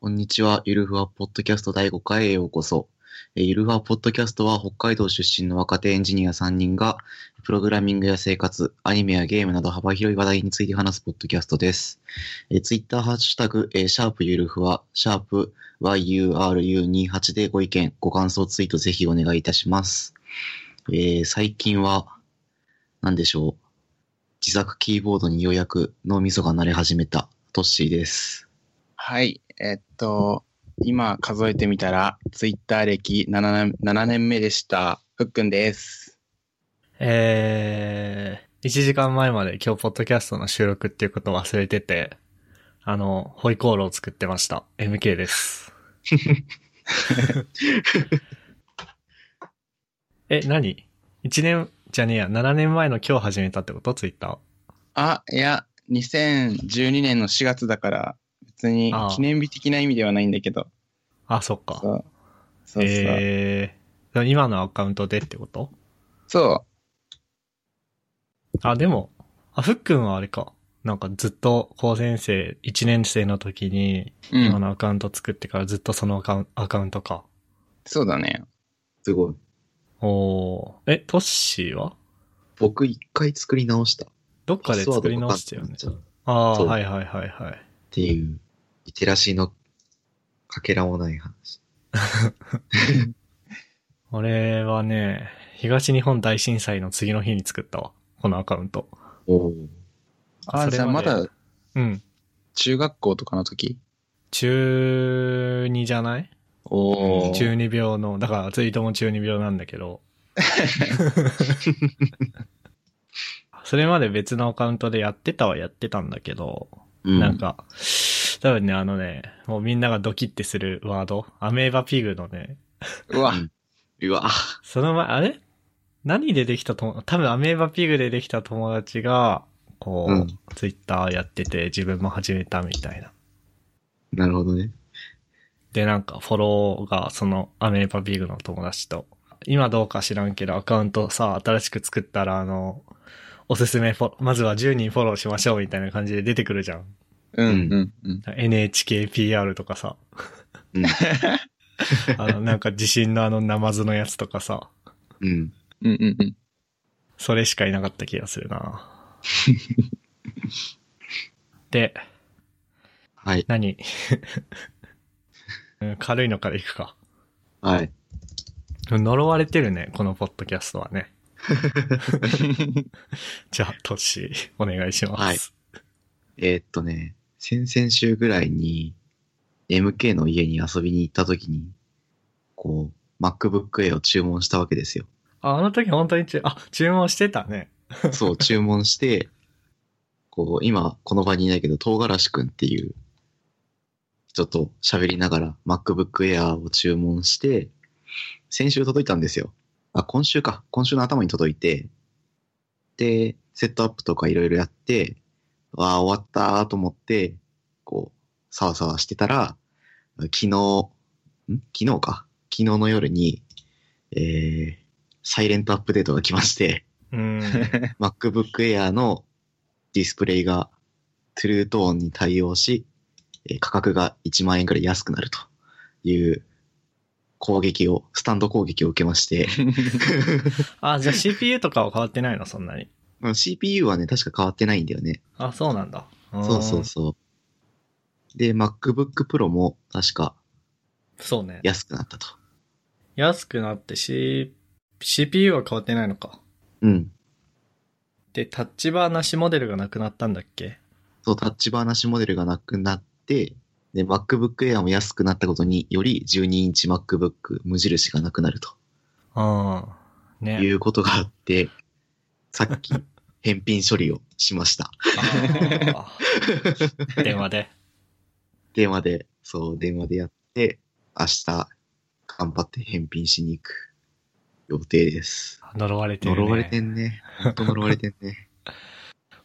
こんにちは。ゆるふわポッドキャスト第5回へようこそ。えーゆるふわポッドキャストは北海道出身の若手エンジニア3人が、プログラミングや生活、アニメやゲームなど幅広い話題について話すポッドキャストです。えー、ツイッターハッシュタグ、えーシャープゆるふわ、シャープ yuru28 でご意見、ご感想ツイートぜひお願いいたします。えー最近は、何でしょう。自作キーボードにようやく脳みそが慣れ始めたトッシーです。はい、えっと、今数えてみたら、ツイッター歴 7, 7年目でした。ふっくんです。えー、1時間前まで今日ポッドキャストの収録っていうことを忘れてて、あの、ホイコールを作ってました。MK です。え、何 ?1 年、じゃねえや、7年前の今日始めたってことツイッター。あ、いや、2012年の4月だから、別にああ記念日的な意味ではないんだけど。あ、そっか。そう。そうそう。えー、でも今のアカウントでってことそあ、でも、あ、ふっくんはあれか。なんかずっと高専生、1年生の時に、う。う今ん。のアカウント作ってからずっとそのアカウンアカウントか。そうだね。すごい。おー。え、トッシーは僕一回作り直した。どっかで作り直したよねパ。スワードがああそー、うはいはいはいはい。っていう、リテラシーのかけらもない話。俺はね、東日本大震災の次の日に作ったわ。このアカウント。おお。あ、それじゃあまでだうん。中学校とかの時中2じゃないおお。中二病の、だからツイートも中二病なんだ けど。それまで別のアカウントでやってたはやってたんだけど、うんなん。か、多分ね、あのね、もうみんながドキってするワード、アメーバピグのね、うわ、うわ、その前、あれ何でできたと多分アメーバピグでできた友達が、こう、うんツイッターやってて自分も始めたみたいな。なるほどね。で、なんかフォローがそのアメーバビーグの友達と、今どうか知らんけどアカウントさ、新しく作ったらあの、おすすめフォロー、まずは10人フォローしましょうみたいな感じで出てくるじゃん。うんうんうん。 NHKPR とかさ、うん。あの、なんか地震のあのナマズのやつとかさ、うん。うんうん うん。それしかいなかった気がする なで、はい。何 うん軽いのからいくか。はい。呪われてるね、このポッドキャストは ね。じゃあ、トッシー、お願いします。はいえーっとね、先々週ぐらいに、MK の家に遊びに行った時に、こう、MacBook Air を注文したわけですよ。ああの時本当にちゅ、あ、注文してたね。そう、注文して、こう、今、この場にいないけど、唐辛子くんっていう人と喋りながら MacBook Air を注文して、先週届いたんですよ。あ、今週か。今週の頭に届いて、で、セットアップとかいろいろやって、わあ、終わったーと思って、こう、さわさわしてたら、昨日、ん昨日か。昨日の夜に、えー、サイレントアップデートが来まして、うん。 MacBook Air のディスプレイが True Tone に対応し、えー価格が1万円くらい安くなるという攻撃を、スタンド攻撃を受けまして、あ、じゃあ CPU とかは変わってないの、そんなに。まあ CPU はね、確か変わってないんだよね。あ、そうなんだ。んそうそうそう。で、MacBook Pro も確かそうね。安くなったと。安くなって、C、CPU は変わってないのか。うん。で、タッチバーなしモデルがなくなったんだっけそう、タッチバーなしモデルがなくなって、で、MacBook Air も安くなったことにより、12インチ MacBook 無印がなくなると。ああ。いね。うことがあって、さっき、返品処理をしました。あ ー電話で。電話で、そう、電話でやって、明日、頑張って返品しに行く予定です。呪われてる、ね。呪われてんね。ほんと呪われてんね。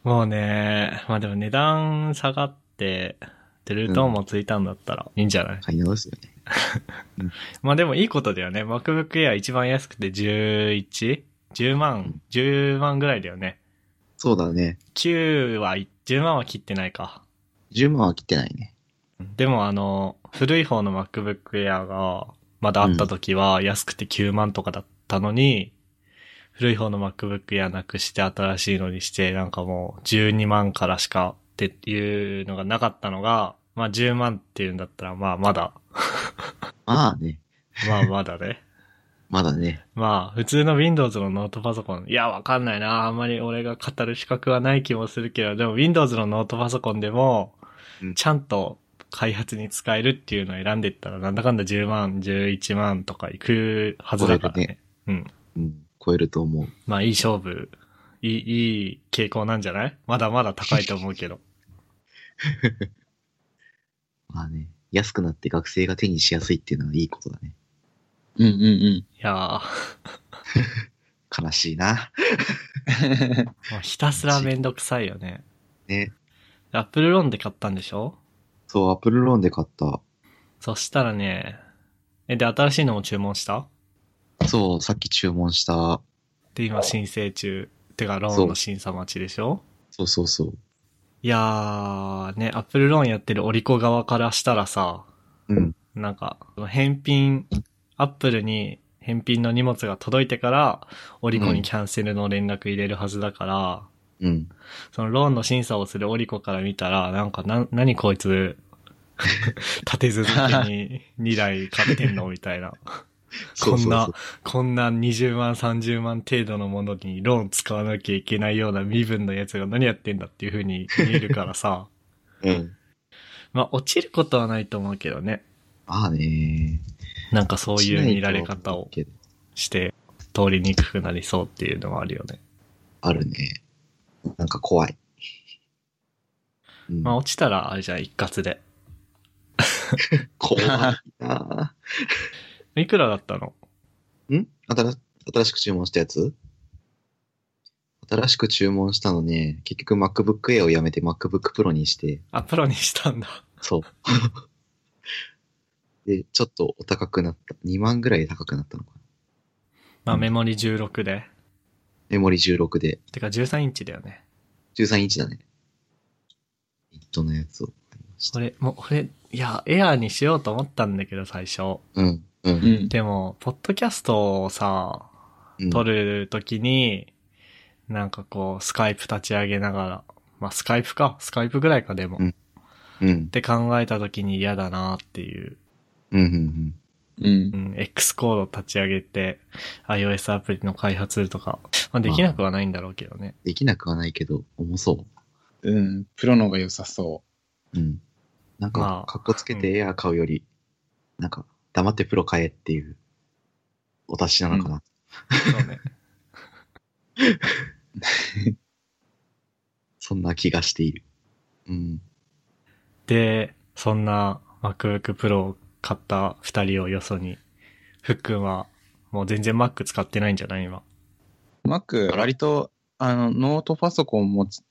もうね、まあでも値段下がって、でルートーンもついたんだったらいいんじゃない、買い直すよね。まあでもいいことだよね。MacBook Air 一番安くて 11?10 万 ?10 万ぐらいだよね。そうだね。 9は、10万は切ってないか。 10万は切ってないね。でもあの、古い方の MacBook Air がまだあった時は安くて9万とかだったのに、古い方の MacBook Air なくして新しいのにして、なんかもう12万からしかっていうのがなかったのが、まあ10万っていうんだったら、まあまだ、まあね、まあまだね。まだね。まあ、普通の Windows のノートパソコン、いや、わかんないな。あんまり俺が語る資格はない気もするけど、でも Windows のノートパソコンでもうん、ちゃんと開発に使えるっていうのを選んでいったら、なんだかんだ10万、11万とかいくはずだからね。うん。うん、超えると思う。まあ、いい勝負、いい、いい傾向なんじゃないまだまだ高いと思うけど。まあね、安くなって学生が手にしやすいっていうのはいいことだね。うんうんうん。いやー、ま悲しいな。あ、ひたすらめんどくさいよね。ね。アップルローンで買ったんでしょそう、アップルローンで買った。そしたらね、え、で、新しいのも注文したそう、さっき注文した。で、今申請中。てか、ローンの審査待ちでしょそうそうそう。いやー、ね、アップルローンやってるオリコ側からしたらさ、うん。なんか、返品、アップルに返品の荷物が届いてから、オリコにキャンセルの連絡入れるはずだから、うん。そのローンの審査をするオリコから見たら、なんか、な、何こいつ、立て続けに2台買ってんのみたいな。 そうそうそうこんなこんな20万、30万程度のものにローン使わなきゃいけないような身分のやつが何やってんだっていう風に見えるからさ。 うん。まあ、落ちることはないと思うけどね。まあね。なんかそういう見られ方しないと思うをけどして、通りにくくなりそうっていうのはあるよね。あるね。なんか怖い。うんまあ、落ちたら、あれじゃん、一括で。怖いな。いくらだったのん新し新しく注文したやつ新しく注文したのね、結局 MacBook Air をやめて MacBook Pro にして、あ、プロにしたんだ。 そう。で、ちょっとお高くなった。2万ぐらい高くなったのかな。まあ、うんメモリ16で。メモリ16で、てか、13インチだよね。 13インチだね。ビットのやつを買いました。俺、もう、俺、いや、エアーにしようと思ったんだけど、最初。うん、う、うんん。でも、ポッドキャストをさ、うん。撮るときに、なんかこう、スカイプ立ち上げながら、まあ、スカイプか、スカイプぐらいかでも、うんっうん、て考えたときに嫌だなっていう、うん、うん、うんう。ん、X コード立ち上げて、iOS アプリの開発とか、まあ、できなくはないんだろうけど ね。できなくはないけど、重そ。うん。プロの方が良さそううん。なんまかあ、かっこつけてエアー買うより、なんか、黙ってプロ買えっていう、お達しなのかな。そうね。そんな気がしている。うん。で、そんな MacBook Pro を買った二人をよそに、ふっくんは、もう全然 Mac 使ってないんじゃない今。う。Mac、割と、あの、ノートパソコンもち、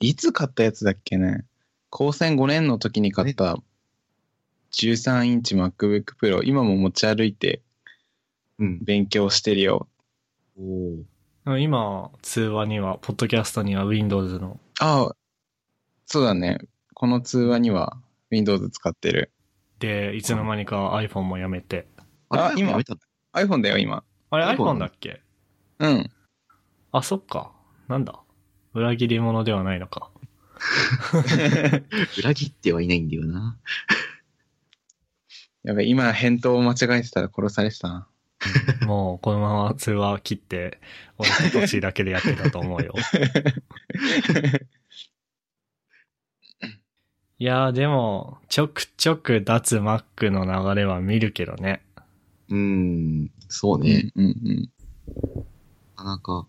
いつ買ったやつだっけね。高専5年の時に買った13インチ MacBook Pro。今も持ち歩いてうん。勉強してるよ。おー今、通話には、ポッドキャストには Windows のああ、そうだね。この通話には Windows 使ってる。で、いつの間にか iPhone もやめて。あれ今やめたの iPhone だよ、今。あれ iPhone iPhone だっけうん。あ、そっか。なんだ。裏切り者ではないのか。裏切ってはいないんだよな。やべ、今、返答を間違えてたら殺されてたな。もう、このまま通話切って、俺と年だけでやってたと思うよ。いやーでも、ちょくちょく脱 Mac の流れは見るけどね。うん、そううね。んうんうん。なかなか、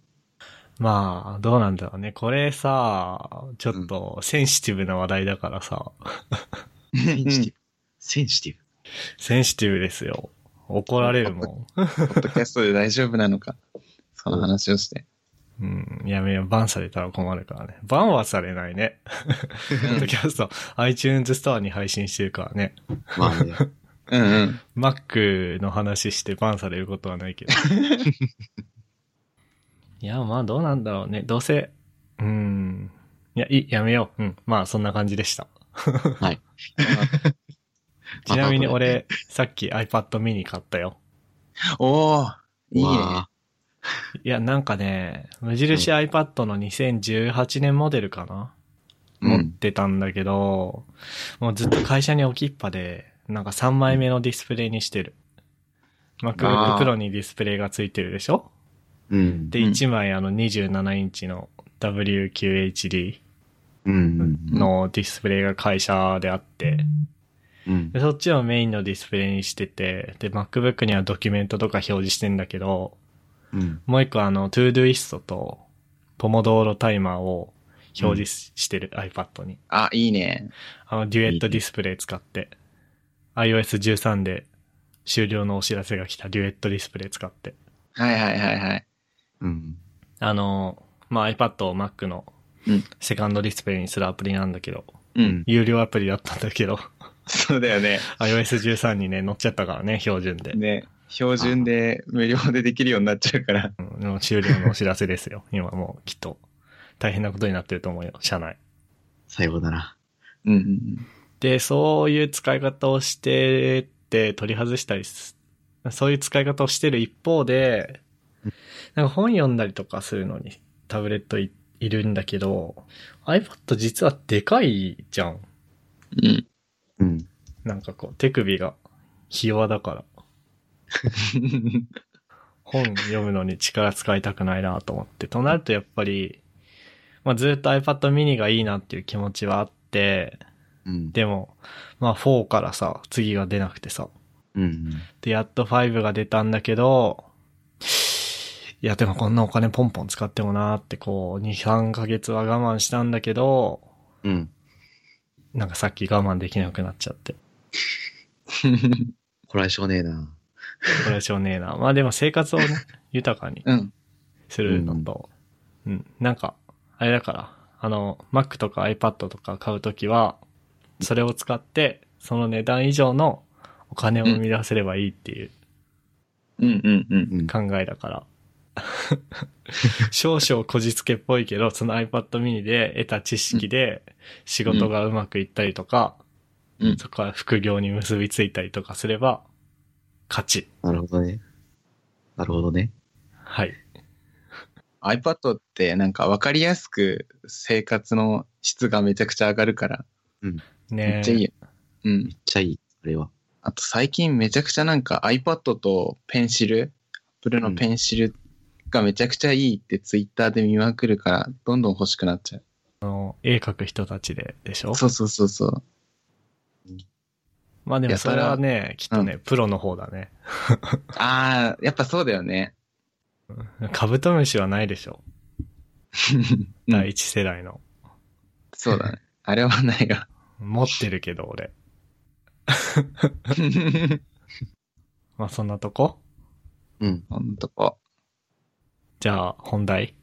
まあ、どうなんだろうね。これさ、ちょっとセンシティブな話題だからさ、センシティブ。センシティブ。センシティブですよ。怒られるもん。ポッドキャストで大丈夫なのか。その話 をして。うん、やめよう。バンされたら困るからね。バンはされないね。ポッドキャスト、iTunes ストアに配信してるからね。まあね。うんうん。 Mac の話してバンされることはないけど。 いや、まあどうなんだろうね。どうせ、うん。いや、いい、やめよう。うん。まあそんな感じでした。はい。 ちなみに俺、さっき iPad mini 買ったよ。おー、いいね。わいや、なんかね、無印 iPad の2018年モデルかな、うん持ってたんだけど、もうずっと会社に置きっぱで、なんか3枚目のディスプレイにしてる。MacBook あー Pro にディスプレイがついてるでしょーうん。で、うん1枚あの27インチの WQHD うんうん。のディスプレイが会社であって、うんで、そっちをメインのディスプレイにしてて、で、MacBook にはドキュメントとか表示してんだけど、うん。もう一個あの、Todoist と、ポモドーロタイマーを表示し,、してる iPad に。あ、いいね。あの、デュエットディスプレイ使って、iOS13 で終了のお知らせが来たデュエットディスプレイ使って、はいはいはいはい。うん。あの、まあ、iPad を Mac のうんセカンドディスプレイにするアプリなんだけど、うん。有料アプリだったんだ けど、そうだよ ね。 iOS13 にね、乗っちゃったからね、標準で。ね、標準で無料でできるようになっちゃうから。うんもう終了のお知らせですよ。今もうきっと大変なことになってると思うよ、社内。さようなら。うんうんで、そういう使い方をしてって取り外したりす、そういう使い方をしてる一方で、なんか本読んだりとかするのにタブレットいいるんだけど、iPad 実はでかいじゃん。うん。うん。うん。なんかこう手首がひ弱だから。本読むのに力使いたくないなと思って。となるとやっぱり、まあずっと iPad mini がいいなっていう気持ちはあって、うん。でも、まあ4からさ、次が出なくてさ。うん。で、やっと5が出たんだけど、いやでもこんなお金ポンポン使ってもなーってこう、2、3ヶ月は我慢したんだけど、うん。なんかさっき我慢できなくなっちゃって。こらえしょうねえな。これはしょうねえな。ま あでも生活をね、豊かにうん。するのと、うん、なんか、あれだから、あの、Mac とか iPad とか買うときは、それを使って、その値段以上のお金を生み出せればいいっていううんうんうん。うん。考えだから。少々こじつけっぽいけど、その iPad mini で得た知識で仕事がうまくいったりとか、うんそこから副業に結びついたりとかすれば、勝ち。なるほどね。なるほどね。はい。 iPad ってなんか分かりやすく生活の質がめちゃくちゃ上がるから、めねっちゃいいよ。うんめ。っちゃいい、それは。あと最近めちゃくちゃなんか iPad とペンシル、Apple のペンシルがめちゃくちゃいいってツイッターで見まくるから、どんどん欲しくなっちゃう。あの、絵描く人たちで、でしょそうそうそうそう。まあでもやたそられはね、きっとね、プロの方だね。ああ、やっぱそうだよね。カブトムシはないでし ょ。うん第一世代の。そうだね。あれはないが。持ってるけど、俺。まあそんなとこうん。ほんとこ。じゃあ、本題。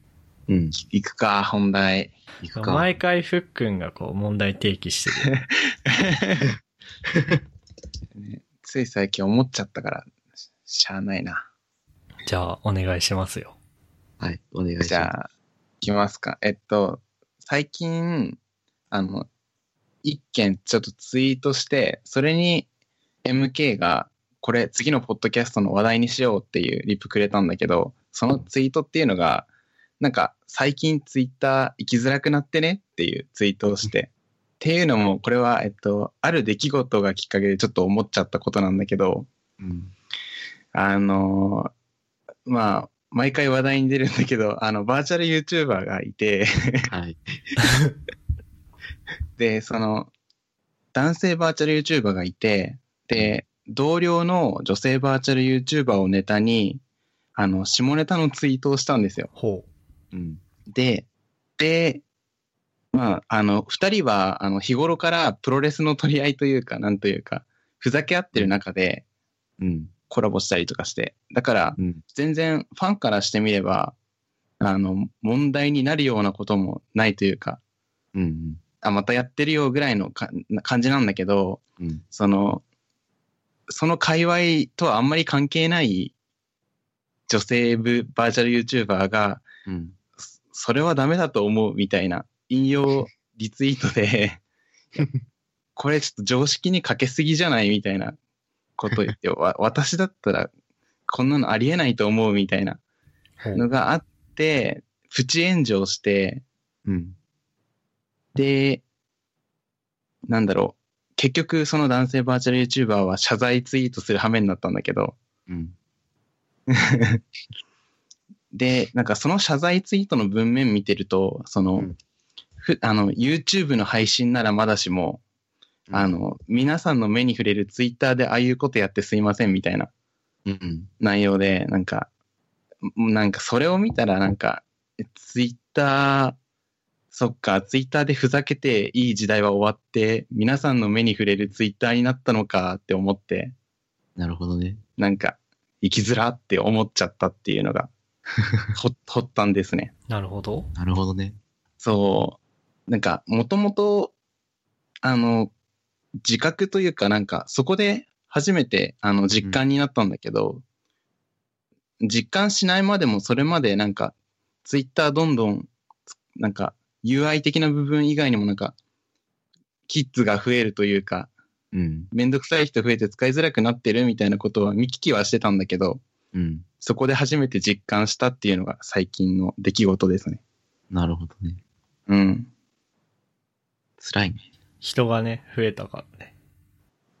うん。行くか、本題。行くか。毎回ふっくんがこう問題提起してる ねつい最近思っちゃったから、ししゃあないな。じゃあ、お願いしますよ。はい。お願いします。じゃあ、行きますか。えっと、最近、あの、一件ちょっとツイートして、それに MK が、これ次のポッドキャストの話題にしようっていうリプくれたんだけど、そのツイートっていうのが、なんか最近ツイッター行きづらくなってねっていうツイートをして、っていうのも、これは、えっと、ある出来事がきっかけでちょっと思っちゃったことなんだけど、うん。あのーまあ、毎回話題に出るんだけど、あの、バーチャル YouTuber がいて、 はい。で、その、男性バーチャル YouTuber がいて、で、同僚の女性バーチャル YouTuber をネタに、あの、下ネタのツイートをしたんですよ。ほ うん。で、で、まあ、あの、二人は、あの、日頃からプロレスの取り合いというか、なんというか、ふざけ合ってる中でうん。コラボしたりとかして、だから、うん。全然ファンからしてみれば、あの、問題になるようなこともないというか、うん。あ、またやってるよぐらいのか感じなんだけど、うん。その、その界隈とはあんまり関係ない女性部バーチャル YouTuber が、うん。そそれはダメだと思うみたいな引用リツイートで、これちょっと常識にかけすぎじゃないみたいなこと言って、わ私だったらこんなのありえないと思うみたいなはいのがあって、プチ炎上して、うん。で、なんだろう。結局、その男性バーチャル YouTuber は謝罪ツイートする羽目になったんだけど、うん。で、なんかその謝罪ツイートの文面見てると、その、うんふあの、YouTube の配信ならまだしも、あ、の、皆さんの目に触れるツイッターでああいうことやってすいませんみたいなうん。内容で、なんか、んなんかそれを見たらなんか、ツイッター、そっか、ツイッターでふざけていい時代は終わって、皆さんの目に触れるツイッターになったのかって思って、なるほどね。なんか、生きづらって思っちゃったっていうのが、 ほ、ほったんですね。なるほど。なるほどね。そう。なんか、もともと、あの、自覚というか、なんか、そこで初めて、あの、実感になったんだけど、実感しないまでも、それまで、なんか、ツイッターどんどん、つなんか、UI 的な部分以外にも、なんか、キッズが増えるというか、うん。めんどくさい人増えて使いづらくなってるみたいなことは見聞きはしてたんだけど、うん。そこで初めて実感したっていうのが最近の出来事ですね。なるほどね。うん。辛いね。人がね、増えたからね。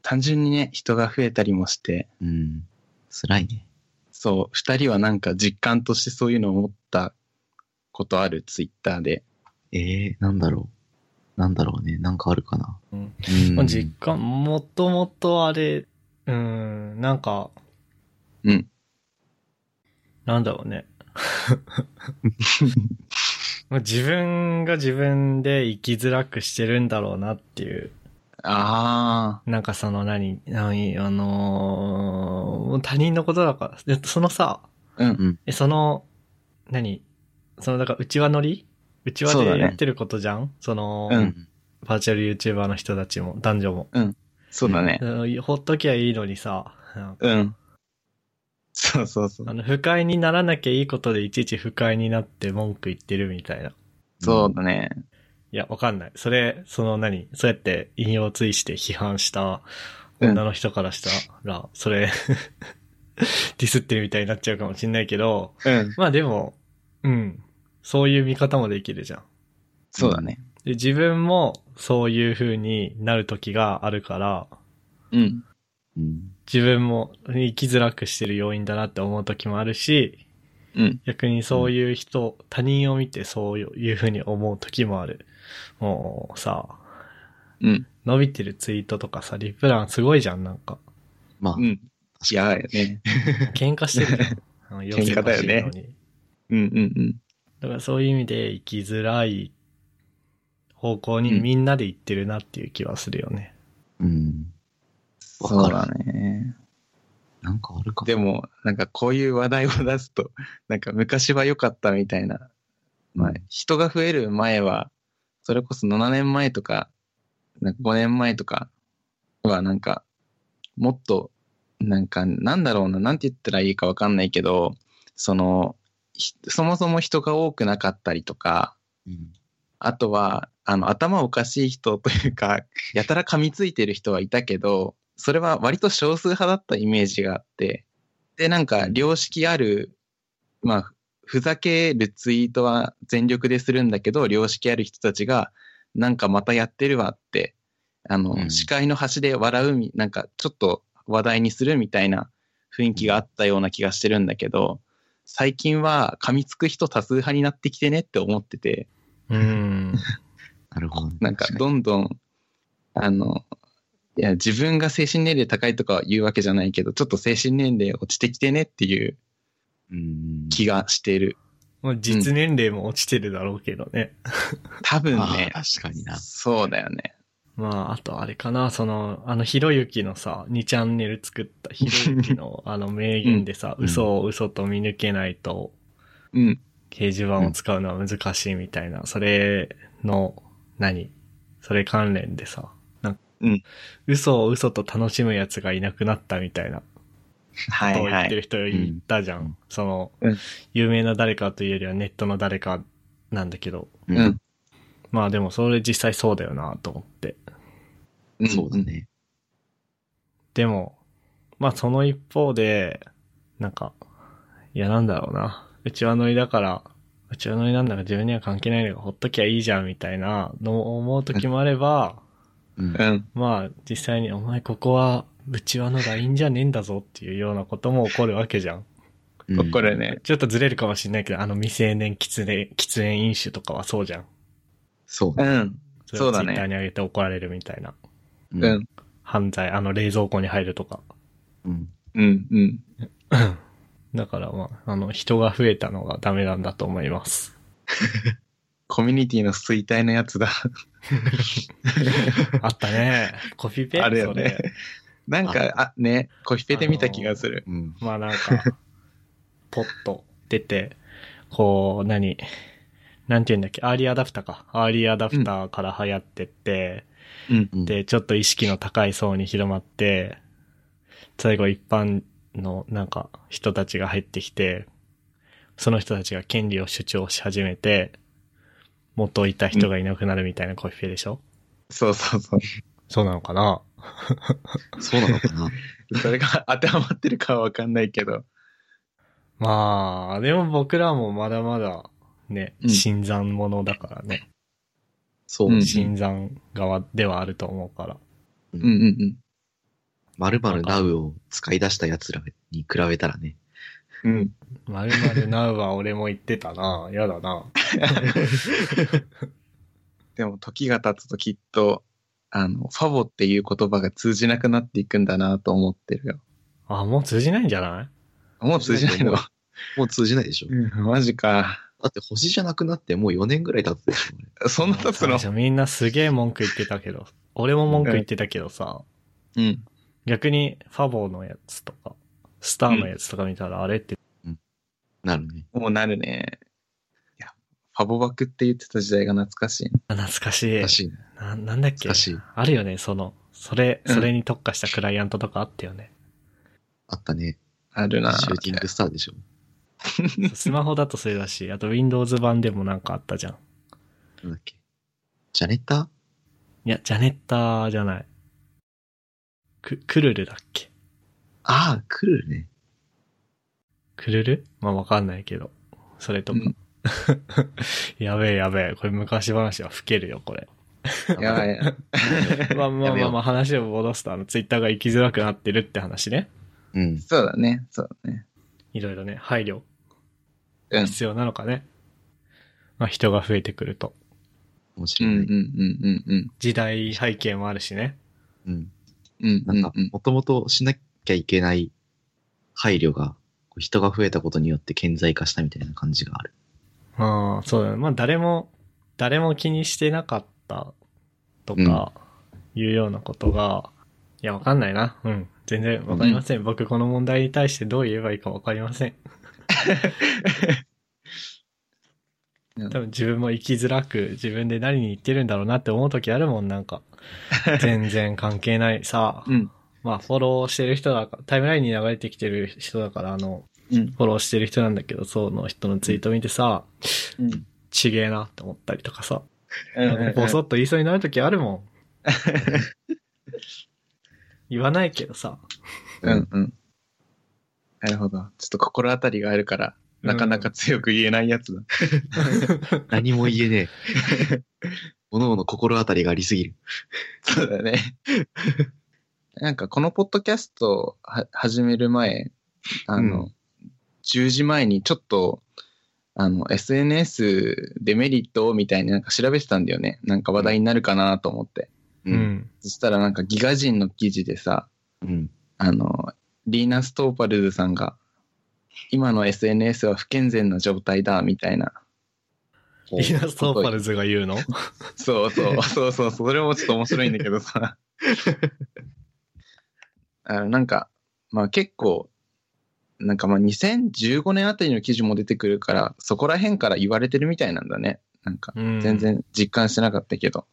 単純にね、人が増えたりもして、うん。辛いね。そう、二人はなんか実感としてそういうのを持ったことあるツイッターで。ええー、なんだろう。なんだろうね。なんかあるかな。うん。うん。実感、もともとあれ、うん、なんか、うん。なんだろ うね。 自分が自分で生きづらくしてるんだろうなっていう。あなんかその何、何、あのーもう他人のことだから、でそのさ、あ、うん。え、その、何その、だから、うちわ乗りうちわそうだでねやってることじゃんそ,、の、ううんん。バーチャル YouTuber の人たちも、男女も。そうだねあ。のほっときゃいいのにさ、なんかうん。そうそうそうあ。の、不快にならなきゃいいことでいちいち不快になって文句言ってるみたいな。そうだね。いや、わかんない。それ、その何そうやって引用追して批判した女の人からしたら、それ、 ディスってるみたいになっちゃうかもしんないけど、うん。まあでも、うん。そういう見方もできるじゃん。そうだね。で自分もそういう風になる時があるから、うん。うん。自分も生きづらくしてる要因だなって思う時もあるし、うん。逆にそういう人、他人を見てそういう風に思う時もある。もうさ、うん。伸びてるツイートとかさ、リプランすごいじゃん、なんか。 まあ、うん。やばいよね。喧嘩してるじ ゃんあの。喧嘩だよね要請欲しいのにうんうんうん。だからそういう意味で生きづらい方向にみんなで行ってるなっていう気はするよ ね。うん。わかるそうだね。なんかあるかでも、なんかこういう話題を出すと、なんか昔は良かったみたいなも、まあ、人が増える前は、それこそ7年前とか、なんか5年前とかは、なんか、もっと、なんか、なんだろうな、なんて言ったらいいかわかんないけど、その、ひそもそも人が多くなかったりとか、うん。あとは、あの、頭おかしい人とい うか、やたら噛みついてる人はいたけど、それは割と少数派だったイメージがあって、で、なんか、良識ある、まあ、ふざけるツイートは全力でするんだけど、良識ある人たちが、なんかまたやってるわって、あの、うん視界の端で笑うみ、なんかちょっと話題にするみたいな雰囲気があったような気がしてるんだけど、最近は噛みつく人多数派になってきてねって思ってて、うん。なるほどね。なんか確にどんどん、あの、いや、自分が精神年齢高いとか言うわけじゃないけど、ちょっと精神年齢落ちてきてねっていううん。気がしてる。もう実年齢も落ちてるだろうけどね。多分あねあ、、確かにな。そうだよね。まあ、あとあれかな、その、あの、ひろゆきのさ、2チャンネル作ったひろゆき のあの名言でさ、うん嘘を嘘と見抜けないとうん、掲示板を使うのは難しいみたいな、それの、何それ関連でさ、なんか、うん嘘を嘘と楽しむやつがいなくなったみたいなはこといを言はってい。る人いたじゃん。うんその、うん有名な誰かというよりはネットの誰かなんだけど、ううん。。まあでもそれ実際そうだよなと思って。うんそうだね。でも、まあその一方で、なんか、いやなんだろうな。うちはノリだから、うちはノリなんだから自分には関係ないのがほっときゃいいじゃんみたいなのを思う時もあれば、うんう。ん。まあ実際にお前ここはうちはのがいいんじゃねえんだぞっていうようなことも起こるわけじゃん。うんこれね。ちょっとずれるかもしれないけど、あの未成年喫煙、喫煙飲酒とかはそうじゃん。そうね。うん。れをそうだねツイッターに上げて怒られるみたいな。ううん。犯罪、あの冷蔵庫に入るとか。うん。うん。うん。だからまあ、あの人が増えたのがダメなんだと思います。コミュニティの衰退のやつだ。 あったね。コピペあれよそねれ。なんか、あ、ね、コヒペで見た気がする。うん。まあなん か、ポッと出て、こう、何、なんて言うんだっけ、アーリーアダプターか。アーリーアダプターから流行ってって、うん。うん、で、ちょっと意識の高い層に広まって、最後一般のなんか人たちが入ってきて、その人たちが権利を主張し始めて、元いた人がいなくなるみたいなコピペでしょ、そうそうそう。そうなのかなそうなのかな。それが当てはまってるかはわかんないけど。まあ、でも僕らもまだまだ、ね、うん新参者だからね。そううんね。新参側ではあると思うから。うんうんまるまるナウを使い出した奴らに比べたらね。うん。うん。まるまるなうは俺も言ってたな。 やだな。でも時が経つときっと、あの、ファボっていう言葉が通じなくなっていくんだなと思ってるよ。あ、もう通じないんじゃないもう通じないのもう通じないでしょ。うんマジか。だって星じゃなくなってもう4年ぐらい経つでしょ。あれそんな経つの最初みんなすげえ文句言ってたけど。俺も文句言ってたけどさ。うん。逆にファボーのやつとか、スターのやつとか見たらあれって、なるね。もうなるね。いや、ファボバクって言ってた時代が懐かしい。あ懐かしい。難しいね。ななんだっけ難しい。あるよね、その、それ、うんそれに特化したクライアントとかあったよね。あったね。あるシな。ューティングスターでしょ。スマホだとそれだし、あと Windows 版でもなんかあったじゃん。なんだっけ。ジャネッタいや、ジャネッターじゃない。く、クルルだっけああ、来る ね。クルルまあ、わかんないけど。それとか。うん やべえやべえ。これ昔話は吹けるよ、 これ。やばい。まやあまあめまあよまあ話を戻すと、あの、ツイッターが行きづらくなってるって話ね。うん。そうだね。そうだね。いろいろね、配慮うん。必要なのかね。まあ人が増えてくると。面うん白ういんね。うんうんうん。時代背景もあるしね。うん。うんなんかうんうん、もともとしなきゃいけない配慮が、こう人が増えたことによって顕在化したみたいな感じがある。ああ、そうだね。まあ誰も、誰も気にしてなかったとか、いうようなことが、いや、わかんないな。うん。全然わかりません。僕この問題に対してどう言えばいいかわかりま せん。う多ん分自分も生きづらく、自分で何に言ってるんだろうなって思う時あるもん、な んか。全然関係ない。さあ、うんまあフォローしてる人だから、タイムラインに流れてきてる人だから、あの、うんフォローしてる人なんだけど、その人のツイート見てさ、うんちげえなって思ったりとかさ、うんうんボソッと言いそうになるときあ るもん。言わないけどさ。うんうん。なるほど。ちょっと心当たりがあるから、なかなか強く言えないやつだ。何も言えねえ。 各々心当たりがありすぎる。そうだね。 なんかこのポッドキャストをは始める前、あの、う10時前にちょっと、あの、SNS デメリットをみたいになんか調べてたんだよね。なんか話題になるかなと思って。う。ん。そしたらなんかギガ人の記事でさ、うん。あの、リーナ・ストーパルズさんが、今の SNS は不健全な状態だ、みたいな。リーナ・ストーパルズが言うのそう そう、そうそう、それもちょっと面白いんだけどさ。あのなんか、まあ結構、なんかまあ2015年あたりの記事も出てくるから、そこら辺から言われてるみたいなんだね。なんか、うん全。然実感してなかったけど、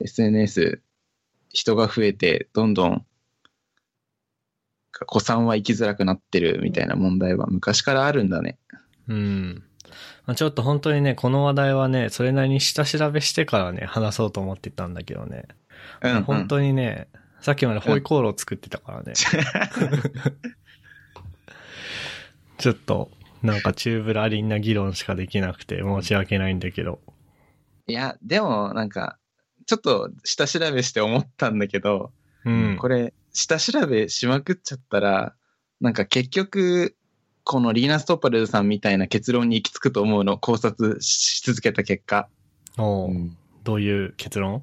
SNS、人が増えて、どんどん、子さんは生きづらくなってるみたいな問題は昔からあるんだね。うん。まあちょっと本当にね、この話題はね、それなりに下調べしてからね、話そうと思ってたんだけどね。うん、うん。本当にね、さっきまでホイコーロー作ってたか らね。ちょっと、なんかチューブラリンな議論しかできなくて申し訳ないんだけど。いや、でも、なんか、ちょっと下調べして思ったんだけど、うん。これ、下調べしまくっちゃったら、なんか結局、このリーナ・ストッパルズさんみたいな結論に行き着くと思うのを考察し続けた結果、おううんどういう結論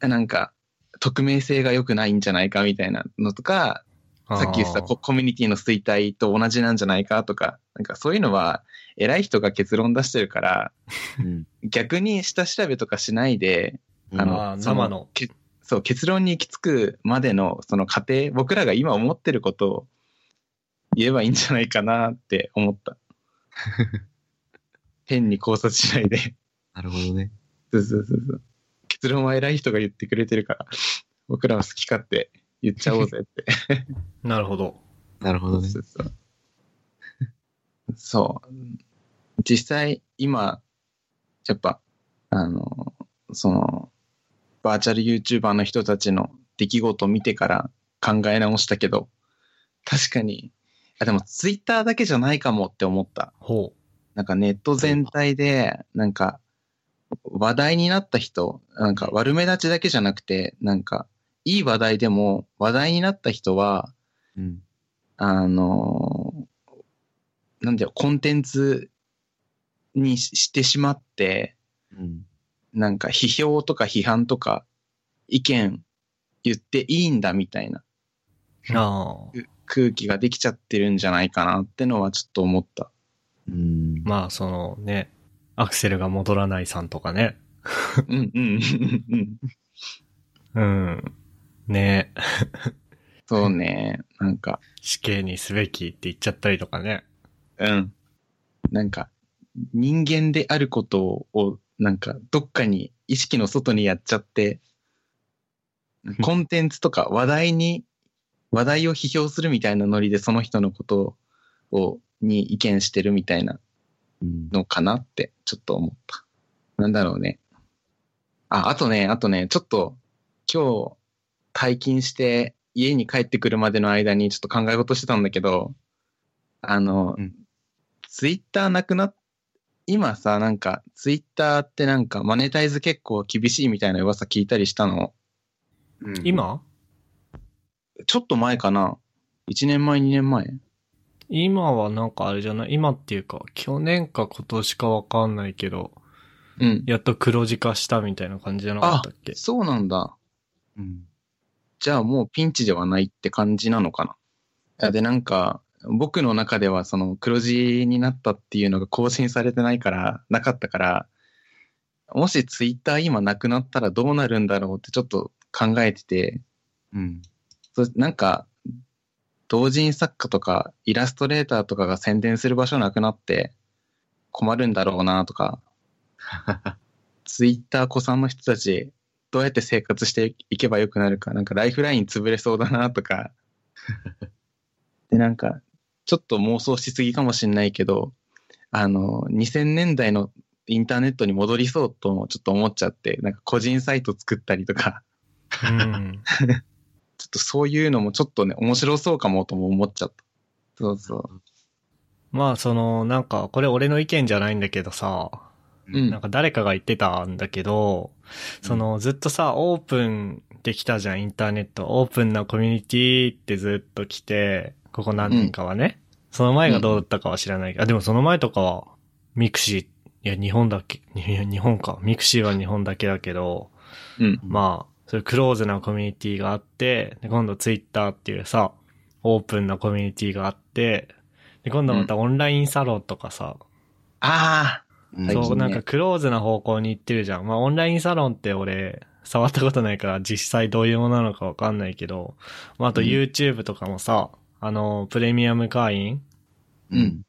なんか、匿名性が良くないんじゃないかみたいなのとか、さっき言ってたココミュニティの衰退と同じなんじゃないかとか、なんかそういうのは偉い人が結論出してるから、うん逆に下調べとかしないで、うんああのー、そ生のけそう、結論に行き着くまでのその過程、僕らが今思ってることを言えばいいんじゃないかなって思 った。変に考察しないで。なるほどね。そうそうそうそう。結論は偉い人が言ってくれてるから、僕らは好き勝手言っちゃおうぜって。なるほど。なるほどね。そうそう。そう。実際、今、やっぱ、あの、その、バーチャル YouTuber の人たちの出来事を見てから考え直したけど、確かに、あ、でも Twitter だけじゃないかもって思った。ほなんかネット全体で、なんか、話題になった人、なんか悪目立ちだけじゃなくて、なんか、いい話題でも、話題になった人は、うん。あのーなんだよ、コンテンツにししてしまって、うん。なんか批評とか批判とか意見言っていいんだみたいなう。ああ。空気ができちゃってるんじゃないかなってのはちょっと思った。うん。まあ、そのね、アクセルが戻らないさんとかね。うんうんうんうん。うん。ねそうね、なんか、死刑にすべきって言っちゃったりとかね。うん。なんか、人間であることを、なんか、どっかに意識の外にやっちゃって、コンテンツとか話題に、話題を批評するみたいなノリでその人のことを、に意見してるみたいなうんのかなって、ちょっと思った。なんだろうね。あ、あとね、あとね、ちょっと、今日、退勤して、家に帰ってくるまでの間にちょっと考え事してたんだけど、あの、うんツイッターなくなっ、今さ、なんか、ツイッターってなんか、マネタイズ結構厳しいみたいな噂聞いたりしたの。今ちょっと前かな ?1 年前、2年前今はなんかあれじゃない今っていうか、去年か今年かわかんないけど、うん。やっと黒字化したみたいな感じじゃなかったっけそうなんだ。うん。じゃあもうピンチではないって感じなのかな。あで、なんか、僕の中ではその黒字になったっていうのが更新されてないから、なかったから、もしツイッター今なくなったらどうなるんだろうってちょっと考えてて、うん。 そなんか、同人作家とかイラストレーターとかが宣伝する場所なくなって困るんだろうなとか、ツイッター子さんの人たち、どうやって生活していけばよくなるか、なんかライフライン潰れそうだな とか。で、なんか、ちょっと妄想しすぎかもしんないけど、あの、2000年代のインターネットに戻りそうともちょっと思っちゃって、なんか個人サイト作ったりとか、うん。ちょっとそういうのもちょっとね、面白そうかもとも思っちゃった。そうそまあ、その、なんか、これ俺の意見じゃないんだけどさ、う。うん。なんか誰かが言ってたんだけど、そのずっとさ、オープンできたじゃん、インターネット。オープンなコミュニティってずっと来て、ここ何年かはね。その前がどうだったかは知らないけど、あ、でもその前とかは、ミクシー、いや、日本だっけ、 いや、日本か。ミクシーは日本だけだけど、うん。まあ、そういうクローズなコミュニティがあって、で今度ツイッターっていうさ、オープンなコミュニティがあって、で、今度またオンラインサロンとかさ、ああうん最そ近う、ねなんかクローズな方向に行ってるじゃん。まあオンラインサロンって俺、触ったことないから実際どういうものなのかわかんないけど、まああとうん YouTube とかもさ、あの、プレミアム会員うん。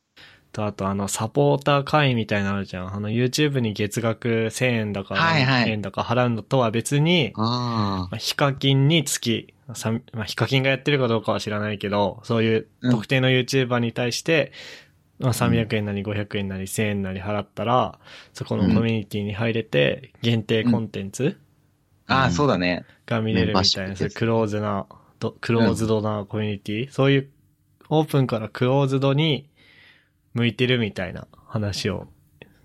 とあとあの、サポーター会員みたいなのあるじゃん。あの YouTube に月額1000円だかはいはい1000円だか払うのとは別に、あまあヒカキンにつき、さまあ、ヒカキンがやってるかどうかは知らないけど、そういう特定の YouTuber に対して、まあ、300円なり500円なり1000円なり払ったら、そこのコミュニティに入れて、限定コンテンツあうあ、んそうだね。が見れるみたいメンバーシップな、そういうクローズな、どクローズドなコミュニティ、そういうオープンからクローズドに向いてるみたいな話を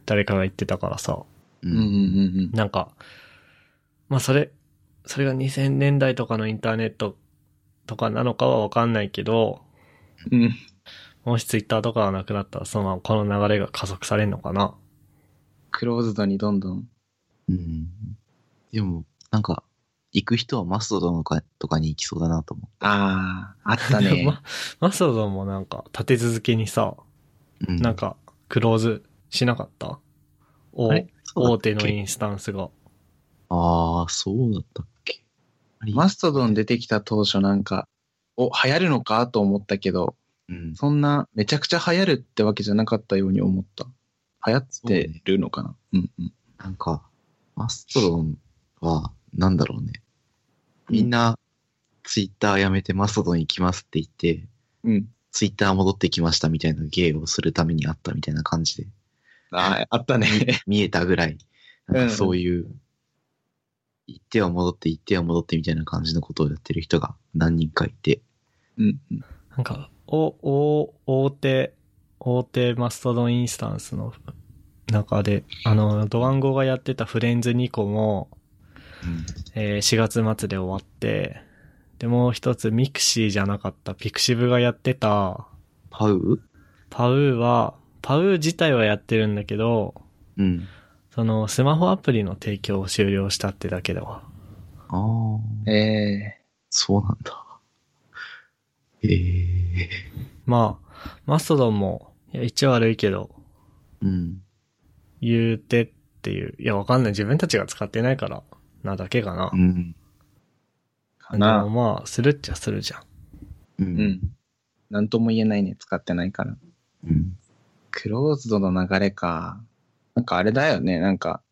誰かが言ってたからさ、ううんうんん。うんなんか、まあそれ、それが2000年代とかのインターネットとかなのかはわかんないけど、うん。うんもしツイッターとかがなくなったら、そのままこの流れが加速されるのかな。クローズドにどんどん。うん。でも、なんか、行く人はマストドンとかとかに行きそうだなと思ああ、あったで もね。 まマストドンもなんか立て続けにさ、う。うん、なんかクローズしなかった、おあれ、そうだ大ったっ手けのインスタンスが。ああ、そうだったっけ。マストドン出てきた当初なんか、お、流行るのかと思ったけど、うん。そんなめちゃくちゃ流行るってわけじゃなかったように思った。流行ってるのかなう,、んうん。なんか、マストドンは、なんだろうね。みんな、ツイッターやめてマストドン行きますって言って、うん。ツイッター戻ってきましたみたいな芸をするためにあったみたいな感じで、ああ、あったね。見えたぐらい、なんかそういう、行っては戻って、行っては戻ってみたいな感じのことをやってる人が何人かいて、うんうん。なんか、お、お、大手、大手マストドンインスタンスの中で、あの、ドワンゴがやってたフレンズ2個も、えー4月末で終わって、で、もう一つミクシーじゃなかった、ピクシブがやってた、パウパウーは、パウー自体はやってるんだけど、うん。その、スマホアプリの提供を終了したってだけだわ。ああ、えそうなんだ。ええまあ、マストドンも、いや、一応悪いけど、うん。言うてっていう、いや、わかんない。自分たちが使ってないから、なだけかなう。ん。ー、かでもな。まあ、するっちゃするじゃん。う。うんん。なんとも言えないね。使ってないから。うん。クローズドの流れか。なんかあれだよね。なんか、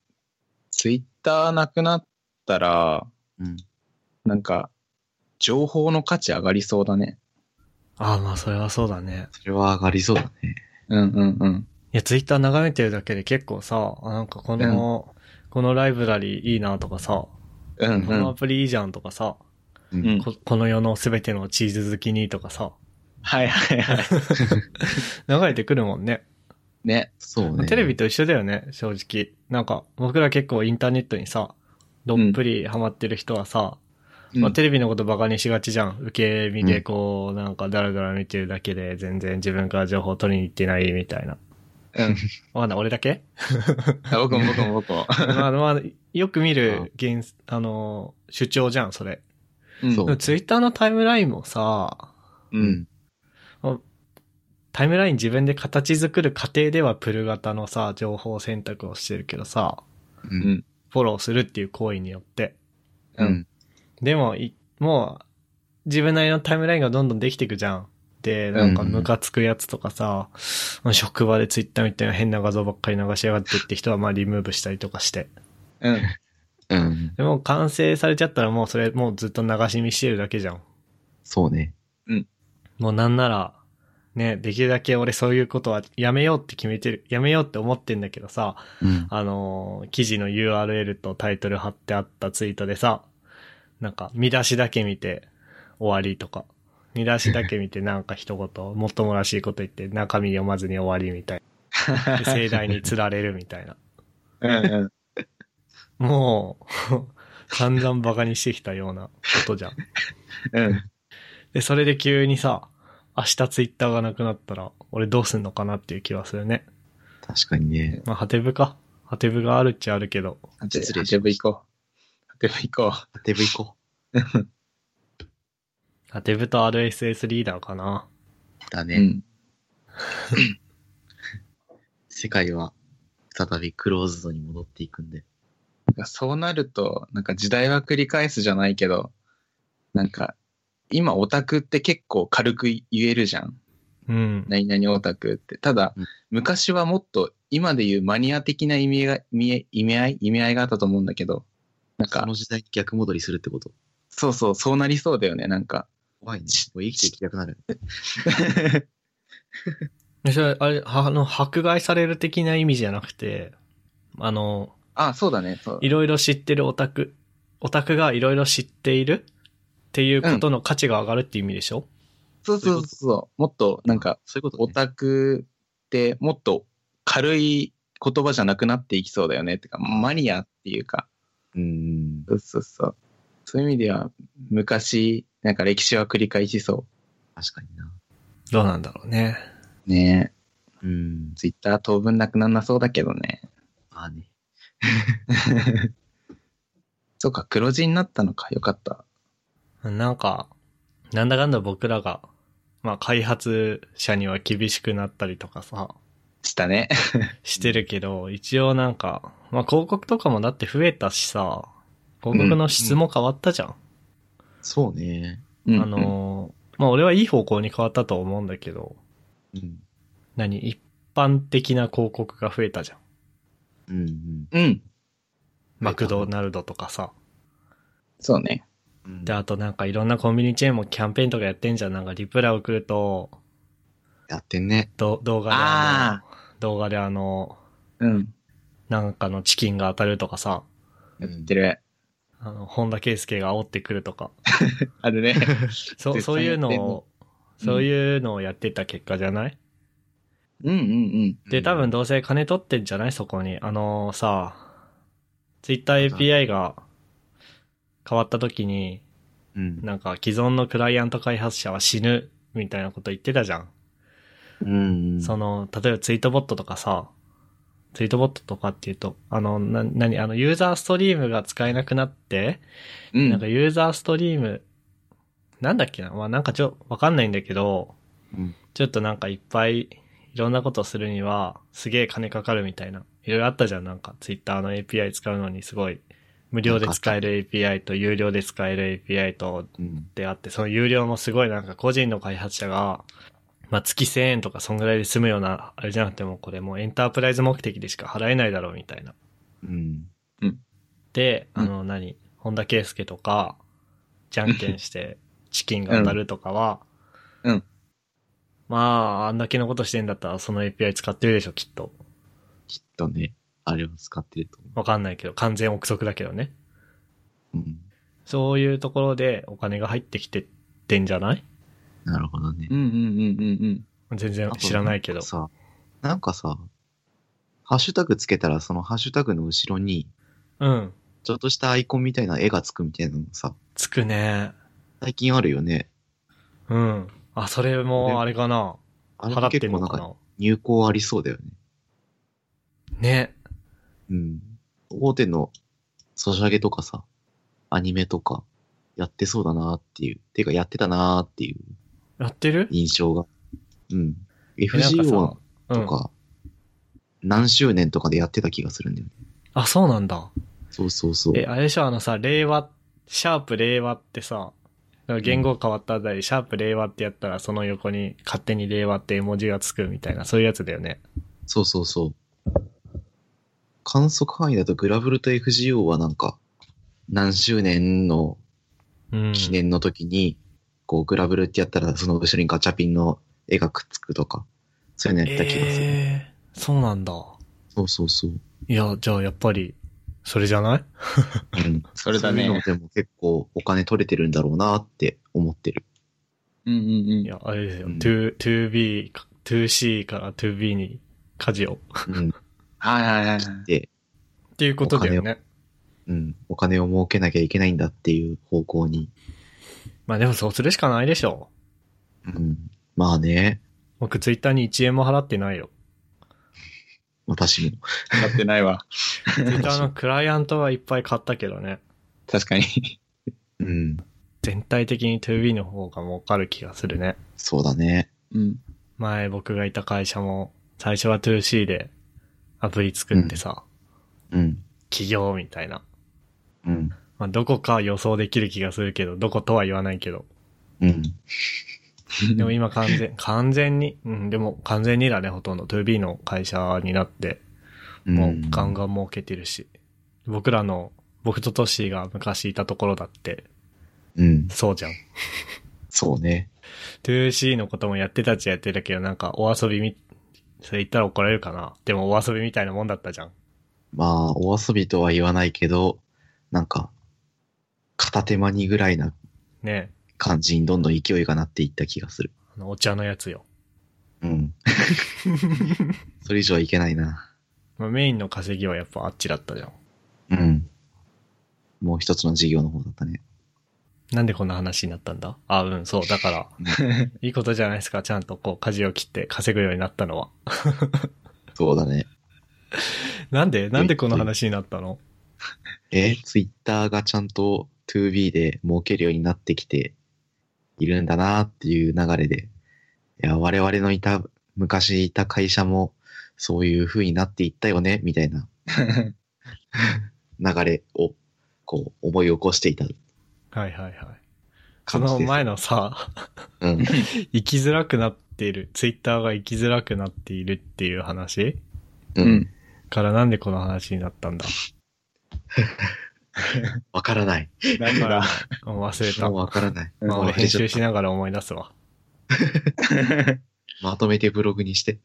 ツイッターなくなったら、うん。なんか、情報の価値上がりそうだね。ああ、まあ、それはそうだね。それは上がりそうだね。うんうんうん。いや、ツイッター眺めてるだけで結構さ、あなんかこの、このライブラリーいいなとかさ、うんこうのアん。プリいいじゃんとかさ、うんうんここの世のすべてのチーズ好きにとかさ、はいはいはい。流れてくるもんね。ね。そうね。テレビと一緒だよね、正直。なんか、僕ら結構インターネットにさ、どっぷりハマってる人はさ、まあ、テレビのことバカにしがちじゃん。受け身でこう、なんかダラダラ見てるだけで全然自分から情報取りに行ってないみたいな。うん。わかんない、俺だけあ僕も僕も 僕も。まあまあ、よく見る現、あの、主張じゃん、それ。うんそうツイッターのタイムラインもさ、う。うんん。タイムライン自分で形作る過程ではプル型のさ、情報選択をしてるけどさ、ううんん。フォローするっていう行為によって。ううんん。でも、いもう、自分なりのタイムラインがどんどんできていくじゃん。で、なんかうんムカつくやつとかさ、職場でツイッターみたいな変な画像ばっかり流しやがってって人はまあリムーブしたりとかして。うん。うん。でも完成されちゃったらもうそれもうずっと流し見してるだけじゃん。そうね。もうなんなら、ね、できるだけ俺そういうことはやめようって決めてる、やめようって思ってんだけどさ、うん。あのー記事の URL とタイトル貼ってあったツイートでさ、なんか見出しだけ見て終わりとか、見出しだけ見てなんか一言、もっともらしいこと言って中身読まずに終わりみたい な。で盛大に釣られるみたいな。 うんうん。もう、 散々バカにしてきたようなことじゃん。うん。で、それで急にさ、明日ツイッターがなくなったら、俺どうすんのかなっていう気はするね。確かにね。まあ、ハテブか。ハテブがあるっちゃあるけど。失礼しましたハテブ行こう。ハテブ行こハテブ行こハテブと RSS リーダーかな。う。だう。ね。うん。世界は再びクローズドに戻っていくんで。なんかそうなると、なんか時代は繰り返すじゃないけど、なんか、今オタクって結構軽く言えるじゃん。うん。何々オタクって。ただうん、昔はもっと今で言うマニア的な意味が、意味意味合い意味合いがあったと思うんだけど、なんそかの、時代に逆戻りするってこと。そうそう、そうなりそうだよね、なんか。怖いね。もう生きていきたくなる。でそれ、あれ、はあの、迫害される的な意味じゃなくて、あの、あ、そうだね、そう。いろいろ知ってるオタクオタクがいろいろ知っているっていうことの価値が上がるっていう意味でしょ、そうそうそう。もっと、なんか、そういうこと、オね。タクってもっと軽い言葉じゃなくなっていきそうだよねってか、マニアっていうか、うん。そうそうそう。そういう意味では、昔、なんか歴史は繰り返しそ確かにな。どうなんだろうね。う。ねうんえ、。ツイッター当分なくなんなそうだけどね。まあね。そうか、黒字になったのか、よかった。なんか、なんだかんだ僕らが、まあ開発者には厳しくなったりとかさ、した ね。してるけど、一応なんか、まあ広告とかもだって増えたしさ、広告の質も変わったじゃん。そうね。うんあ、のー、まあ俺はいい方向に変わったと思うんだけど、うん。何一般的な広告が増えたじゃん。うんうん。うん、マクドナルドとかさ。そうね。うんで、あとなんかいろんなコンビニチェーンもキャンペーンとかやってんじゃん。なんかリプライ送ると、やってんね。ど動画であああ、の、動画であの、うん、なんかのチキンが当たるとかさ、やってる。あの、本田圭佑が煽ってくるとか、あ るね。そう、絶対そういうのやってんねを、そういうのをやってた結果じゃない、うんうんうん。で、多分どうせ金取ってんじゃないそこに。あのさ、ツイッター API が変わった時に、うん。なんか既存のクライアント開発者は死ぬみたいなこと言ってたじゃん。うんうん。その、例えばツイートボットとかさ、ツイートボットとかっていうと、あの、な、なに、あの、ユーザーストリームが使えなくなって、うん。なんかユーザーストリーム、なんだっけなまあ、なんかちょ、わかんないんだけど、うんちょっとなんかいっぱい、いろんなことするには、すげえ金かかるみたいな。いろいろあったじゃん、なんか、ツイッターの API 使うのにすごい、無料で使える API と、有料で使える API と、うん。であって、その有料もすごいなんか個人の開発者が、まあ、月1000円とかそんぐらいで済むような、あれじゃなくてもこれもうエンタープライズ目的でしか払えないだろうみたいな。うん。で、うんあの何、本田圭佑とか、じゃんけんしてチキンが当たるとかは、うんうんまあ、あんだけのことしてんだったらその API 使ってるでしょ、きっと。きっとね、あれを使ってると思わかんないけど、完全憶測だけどね。う。うん。そういうところでお金が入ってきてってんじゃないなるほどねう。んうんうんうんうん。全然あと知らないけんどか。さ、なんかさ、ハッシュタグつけたらそのハッシュタグの後ろに、うん。ちょっとしたアイコンみたいな絵がつくみたいなのさ、つくね。最近あるよね。うん。あ、それもあれかな。あれ払もって結ん構なのんかかな。入稿ありそうだよね。ね。うん。大手のソシャゲとかさ、アニメとか、やってそうだなっていう。てかやってたなっていうやってる印象が。うん。えなんか FGO さうとん。か、何周年とかでやってた気がするんだよね。あ、そうなんだ。そうそうそう。え、あれでしょ、あのさ、令和、シャープ令和ってさ、言語変わったあたり、シャープ令和ってやったら、その横に勝手に令和って絵文字がつくみたいな、そういうやつだよね。そうそうそう。観測範囲だとグラブルと FGO はなんか、何周年のうん。記念の時に、こうグラブルってやったらその後ろにガチャピンの絵がくっつくとか、そういうのやった気がする。えー、そうなんだ。そうそうそう。いや、じゃあやっぱり、それじゃないうん。それだねそういうのでも結構お金取れてるんだろうなって思ってる。うんうんうんい。や、あれですよ、うん to, to b, to c から to b に舵を。うん。はいはいはいはい。で、っていうことだよね。うん。お金を儲けなきゃいけないんだっていう方向に。まあでもそうするしかないでしょ。うん。まあね。僕ツイッターに1円も払ってないよ。私も。買ってない わ。ツイッターのクライアントはいっぱい買ったけどね。確かに。うん。全体的に 2B の方が儲かる気がするね。そうだね。うん。前僕がいた会社も、最初は 2C でアプリ作ってさ、うん。起業みたいな。うん。まあどこか予想できる気がするけど、どことは言わないけど。うん。でも今完全、 完全に、うん、でも完全にだね、ほとんど。2B の会社になって、うんもうガンガン儲けてるし。僕らの、僕とトッシーが昔いたところだって、うん。そうじゃん。そうね。 2C のこともやってたっちゃやってたけど、なんかお遊びみ、それ言ったら怒られるかな。でもお遊びみたいなもんだったじゃん。まあ、お遊びとは言わないけど、なんか、片手間にぐらいなね感じにどんどん勢いがなっていった気がする。あの、お茶のやつよ。 うん。それ以上はいけないな。まあ、メインの稼ぎはやっぱあっちだったじゃん。うん。もう一つの事業の方だったね。なんでこんな話になったんだあ、うん、そう。だから、 いいことじゃないですか。ちゃんとこう、舵を切って稼ぐようになったのは。そうだね。なんでなんでこの話になったのえ、ツイッターがちゃんと 2B で儲けるようになってきているんだなっていう流れで、いや、我々のいた、昔いた会社もそういう風になっていったよね、みたいな 流れを、こう、思い起こしていたはいはいはい。そ感じのです。前のさ、 うん。生きづらくなっている、ツイッターが生きづらくなっているっていう話う。うんん。からなんでこの話になったんだわからない。なんだ。もう忘れた。もうわからない。うんまあ、忘俺れ編ちゃった集しながら思い出す わ。まとめてブログにして。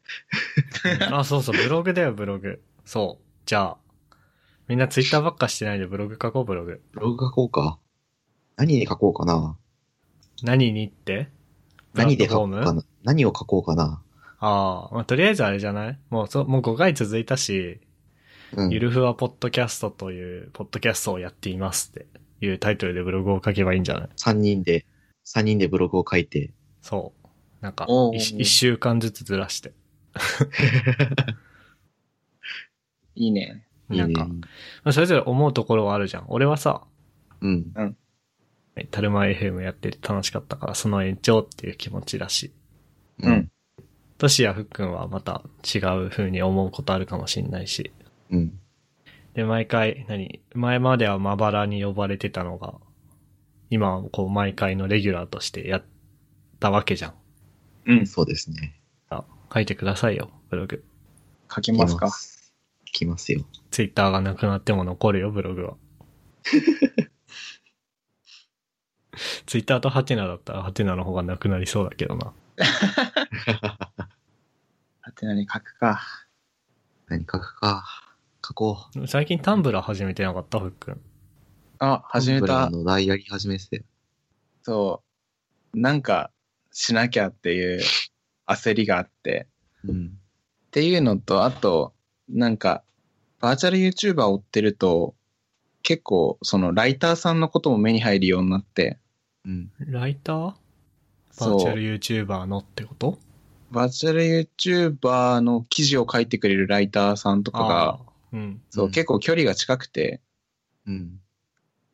あ、そうそう、ブログだよ、ブログ。そう。じゃあ、みんなツイッターばっかしてないでブログ書こう、ブログ。ブログ書こうか。何で書こうかな。何にって何で書こプうラットフかォームな。何を書こうかな。ああ、まあ、とりあえずあれじゃないもう、そう、もう5回続いたし、うん。ゆるふわポッドキャストという、ポッドキャストをやっていますっていうタイトルでブログを書けばいいんじゃない3人で、三人でブログを書いて、そう。なんかおうおうおう一、一週間ずつずらして。いいね。いいなんか、ね。まあそれぞれ思うところはあるじゃん。俺はさ、うん。タルマ FM やってて楽しかったから、その延長っていう気持ちだし。ううんん。トシやふっくんはまた違う風に思うことあるかもしんないし。うん。で、毎回、何前まではまばらに呼ばれてたのが、今はこう毎回のレギュラーとしてやったわけじゃん。うん。そうですね。あ書いてくださいよ、ブログ。書きますか。いきますよ。ツイッターがなくなっても残るよ、ブログ は。ツイッターとハテナだったらハテナの方がなくなりそうだけどな。 はてなに書くか。何書くか。書こう。でも最近タンブラー始めてなかった、ふっくん。あ、始めブラたン。のダイヤリー始めてそう。なんかしなきゃっていう焦りがあって。うん。っていうのと、あと、なんか、バーチャル YouTuber を追ってると、結構、その、ライターさんのことも目に入るようになって、うん。ライターバそーチャう、ル YouTuber のってことバーチャル YouTuber の記事を書いてくれるライターさんとかあがあ、うん。そう、うん結構距離が近くて、うん。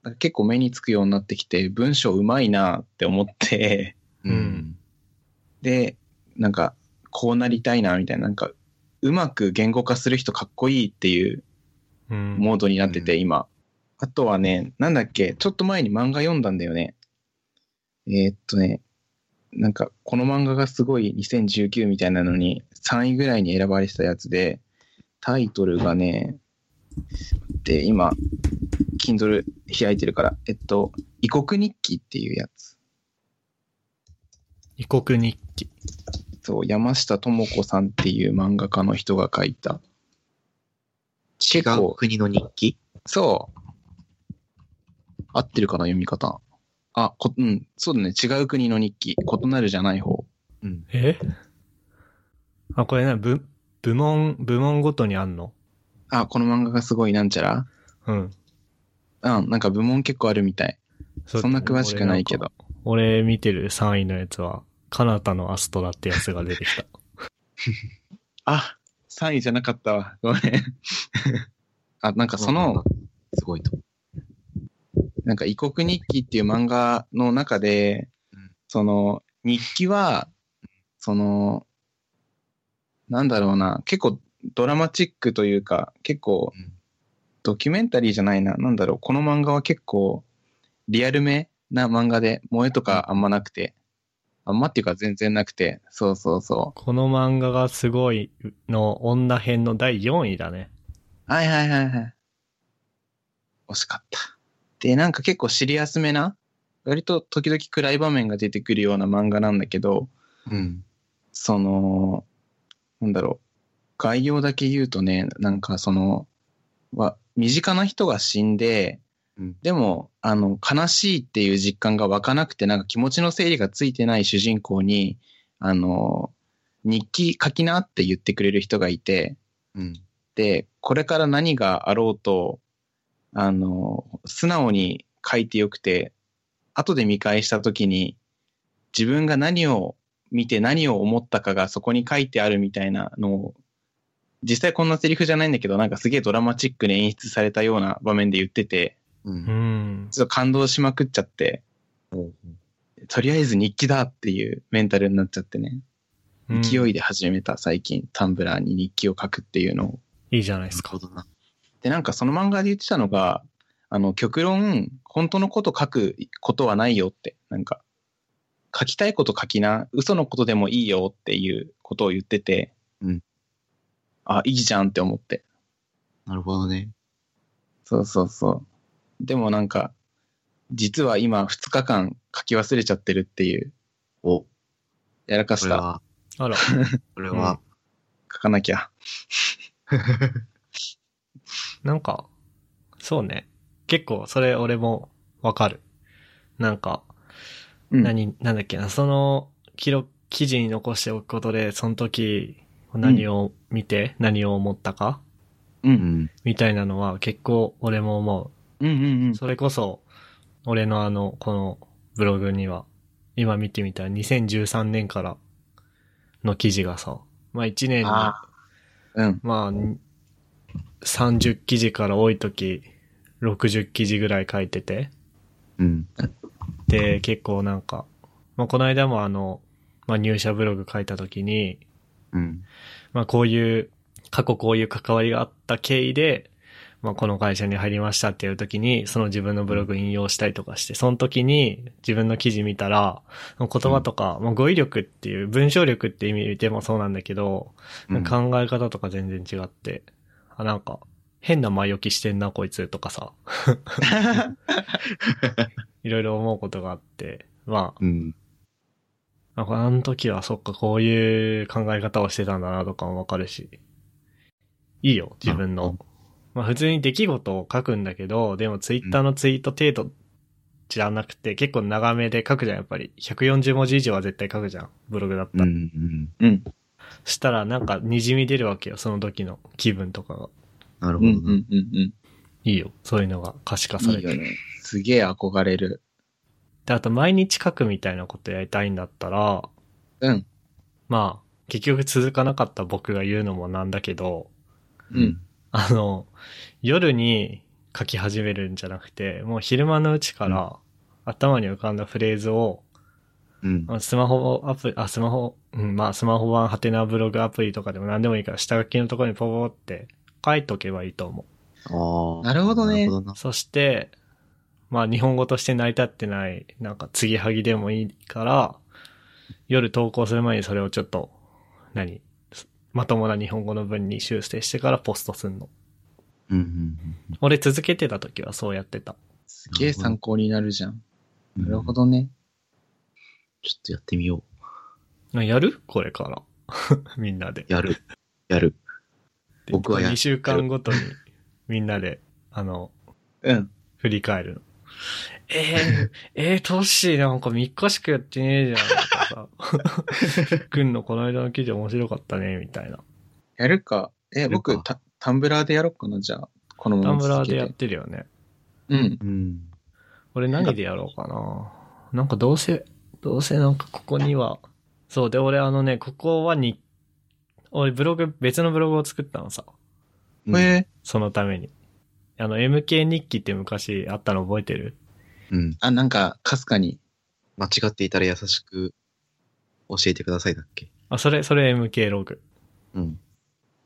なんか結構目につくようになってきて、文章うまいなって思って、 う。うんで、なんか、こうなりたいな、みたいな、なんか、うまく言語化する人かっこいいっていううん。モードになってて、う今。あとはね、なんだっけ、ちょっと前に漫画読んだんだよね。えーっとね、なんか、この漫画がすごい2019みたいなのに、3位ぐらいに選ばれてたやつで、タイトルがね、で、今、Kindle 開いてるから、えっと、異国日記っていうやつ。異国日記。そう、山下智子さんっていう漫画家の人が書いた。違結う構、国の日記そう。合ってるかな、読み方。あ、こ、うん、そうだね。違う国の日記。異なるじゃない方。うん。えあ、これね、部、部門、部門ごとにあんのあ、この漫画がすごいなんちゃらうん。うん、なんか部門結構あるみたい。うそんな詳しくないけ。ど。俺俺見てる3位のやつは、カナタのアストラってやつが出て きた。あ、3位じゃなかったわ。ごめん。 あ、なんかその、、すごいと。なんか異国日記っていう漫画の中でうん、その、日記は、その、なんだろうな、結構ドラマチックというか、結構うんドキュメンタリーじゃないな、なんだろう、この漫画は結構リアルめな漫画で、萌えとかあんまなくて、あんまっていうか全然なくて、そうそうそこの漫画がすごいの女編の第4位だね。う。はいはいはいはい。惜しかった。で、なんか結構シリアスめな、割と時々暗い場面が出てくるような漫画なんだけど、うん。その、なんだろう、概要だけ言うとね、なんかその、は身近な人が死んで、うんでも、あの、悲しいっていう実感が湧かなくて、なんか気持ちの整理がついてない主人公に、あの、日記書きなって言ってくれる人がいて、うん。で、これから何があろうと、あの、素直に書いてよくて、後で見返した時に、自分が何を見て何を思ったかがそこに書いてあるみたいなのを、実際こんなセリフじゃないんだけど、なんかすげえドラマチックに演出されたような場面で言ってて、う。うんん。ちょっと感動しまくっちゃって、うんとりあえず日記だっていうメンタルになっちゃってね、勢いで始めた最近、タンブラーに日記を書くっていうのを。いいじゃないなでするか。ほどな。で、なんかその漫画で言ってたのが、あの、極論、本当のこと書くことはないよって、なんか、書きたいこと書きな、嘘のことでもいいよっていうことを言ってて、うんあ、いいじゃんって思って。なるほどね。そうそうそう。でもなんか、実は今2日間書き忘れちゃってるっていう、お、こやらかしれた。は、あら。これは、書かなきゃ。なんか、そうね。結構、それ俺もわかる。なんか、うん何、なんだっけな、その記録、記事に残しておくことで、その時、何を見て、何を思ったか、う。うんん。みたいなのは結構俺も思うんうんうんう。。それこそ、俺のあの、このブログには、今見てみたら2013年からの記事がさ、まあ1年にあーうん。まあ、に30記事から多い時、60記事ぐらい書いてて、うん。で、結構なんか、まあ、この間もあの、まあ、入社ブログ書いた時に、うん。まあ、こういう、過去こういう関わりがあった経緯で、まあ、この会社に入りましたっていう時に、その自分のブログ引用したりとかして、その時に自分の記事見たら、言葉とか、まあ、語彙力っていう、文章力って意味でもそうなんだけど、うん考え方とか全然違って、あ、なんか、変な前置きしてんな、こいつとかさ、いろいろ思うことがあって、まあ、うん。あこれあの時はそっか、こういう考え方をしてたんだなとかもわかるし、いいよ、自分なるの。まあ普通に出来事を書くんだけど、でもツイッターのツイート程度じゃなくて、結構長めで書くじゃん、やっぱり。140文字以上は絶対書くじゃん、ブログだったうん。うら。ん。うん。したらなんか滲み出るわけよ、その時の気分とかが。なるうほんうどんな。うんうん。いいよ、そういうのが可視化さいれいてよね。すげえ憧れる。で、あと毎日書くみたいなことやりたいんだったら、うん。まあ、結局続かなかった僕が言うのもなんだけど、うん。あの、夜に書き始めるんじゃなくて、もう昼間のうちから頭に浮かんだフレーズを、うん。あのスマホアプリ、あ、スマホ、うん、まあスマホ版ハテナブログアプリとかでも何でもいいから下書きのところにポポって書いとけばいいと思ああ。なるほどねなるほどなう。。そして、まあ日本語として成り立ってない、なんか継ぎはぎでもいいから、夜投稿する前にそれをちょっと、何まともな日本語の文に修正してからポストすんの。うんうん俺続けてた時はそうやってた。すげえ参考になるじゃん。うん。なるほ。どね。ちょっとやってみよあやるこれから。 みんなで。う。 やる。やる。僕はや2週間ごとにみんなで、あの、うん。振り返るの。えー、えー、トッシーなんか3日しかやってねえじゃんとか さ。くんのこの間の記事面白かったね、みたいな。やるか。え、やるか僕、タタンブラーでやろうかな、じゃあ。このタまンまブラ続ーけ。でやっててるよね。うん。うん。俺何でやろうかな。なんかどうせ、どうせなんかここには、そうで俺あのね、ここはに、俺ブログ、別のブログを作ったのさ。これ、そのために。あの、MK 日記って昔あったの覚えてるうん。あ、なんか、かすかに。間違っていたら優しく教えてくださいだっけあ、それ、それ MK ログ。うん。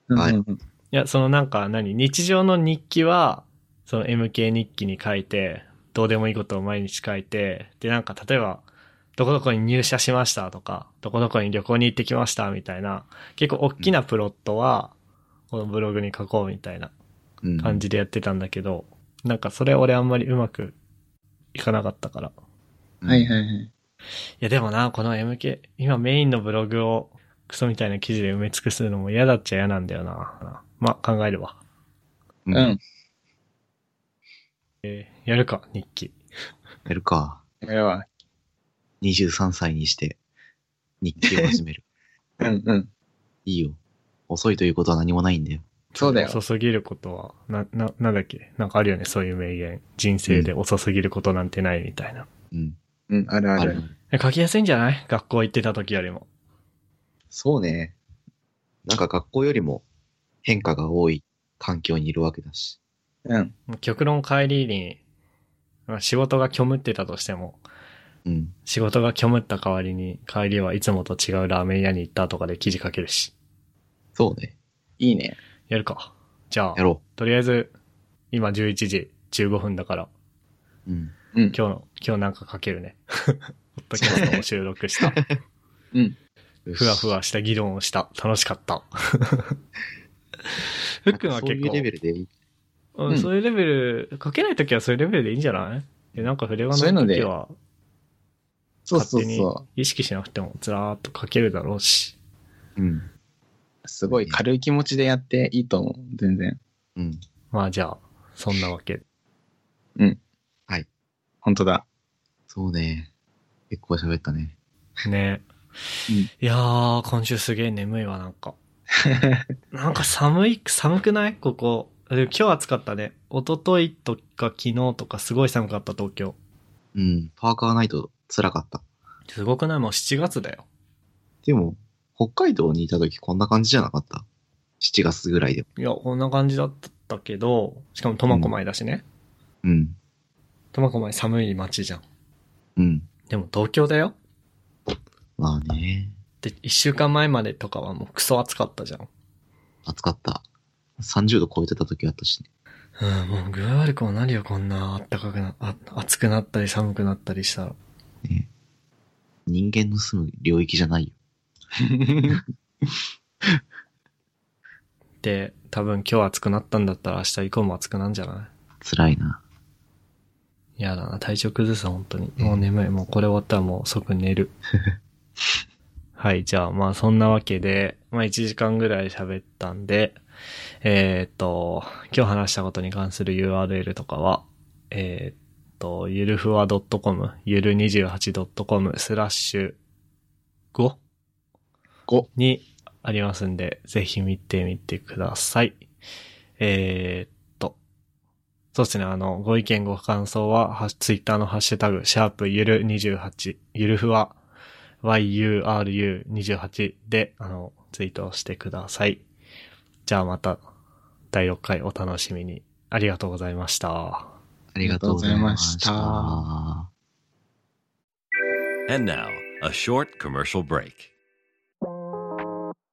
うんはいうんうんいや、そのなんか何日常の日記は、その MK 日記に書いて、どうでもいいことを毎日書いて、で、なんか例えば、どこどこに入社しましたとか、どこどこに旅行に行ってきましたみたいな、結構大きなプロットは、このブログに書こうみたいなうん。感じでやってたんだけど、なんかそれ俺あんまりうまくいかなかったから、うん。はいはいはい。いやでもな、この MK、今メインのブログをクソみたいな記事で埋め尽くすのも嫌だっちゃ嫌なんだよな。まあ、考えるわ。ううん。やるか、日記。やるか。やれば。 23歳にして、日記を始 める。うんうん。いいよ。遅いということは何もないんだよ。そうだよ。遅すぎることは、な、な、なんだっけなんかあるよね、そういう名言。人生で遅すぎることなんてないみたいな。うん。うん、あるある。え書きやすいんじゃない学校行ってた時よりも。そうね。なんか学校よりも変化が多い環境にいるわけだし。うん。極論帰りに、まあ仕事が虚無ってたとしても、うん。仕事が虚無った代わりに帰りはいつもと違うラーメン屋に行ったとかで記事書けるし。そうね。いいね。やるか。じゃあや、ろとりあえず、今11時15分だから、う。うん。うん。今日の、今日なんか書けるね。 ホットキャストを収録 した。うん。ふわふわした議論をした。楽しか った。ふなっんくんはか結そ構ういうレベルでいい。うんうんそういうレベル、書けないときはそういうレベルでいいんじゃないで、なんか筆がそういうないのとできは、そうそ勝う手にそ意識しなくてもずらーっと書けるだろうし。うん。う。すごい軽い気持ちでやっていいと思う。全然。うん。まあじゃあ、そんなわけ。本当だ。そうね。結構喋ったね。ね。うんいやー、今週すげー眠いわ、な んか。なんか寒い、寒くないここ。でも今日暑かったね。一昨日とか昨日とかすごい寒かった、東京。うん。パーカーないと辛かった。すごくないもう7月だよ。でも、北海道にいた時こんな感じじゃなかった。7月ぐらいでも。いや、こんな感じだったけど、しかも苫小牧だしね。うん。苫小牧寒い街じゃん。うん。でも東京だよまあね。で、一週間前までとかはもうクソ暑かったじゃん。暑かった。30度超えてた時あったしね。うん、もう具合悪くもなるよ、こんな暖かくな、あ、暑くなったり寒くなったりしたら。ね人間の住む領域じゃないよ。で、多分今日暑くなったんだったら明日以降も暑くなんじゃな辛いな。いやだな、体調崩す、本当に。もう眠い、もうこれ終わったらもう即寝る。はい、じゃあまあそんなわけで、まあ1時間ぐらい喋ったんで、えーっと、今日話したことに関する URL とかは、えーっと、ゆるふわ .com、ゆる 28.com スラッシュ5 5。にありますんで、ぜひ見てみてください。えーっと、そうですね、あの、ご意見ご感想は、はツイッターのハッシュタグ、シャープゆる28、ゆるふわ、yuru28 で、あの、ツイートをしてください。じゃあまた、第6回お楽しみに。ありがとうございました。ありがとうございました。ありがとうございま And now, a short commercial break.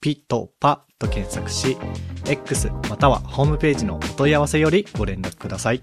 ピトパと検索し X またはホームページのお問い合わせよりご連絡ください。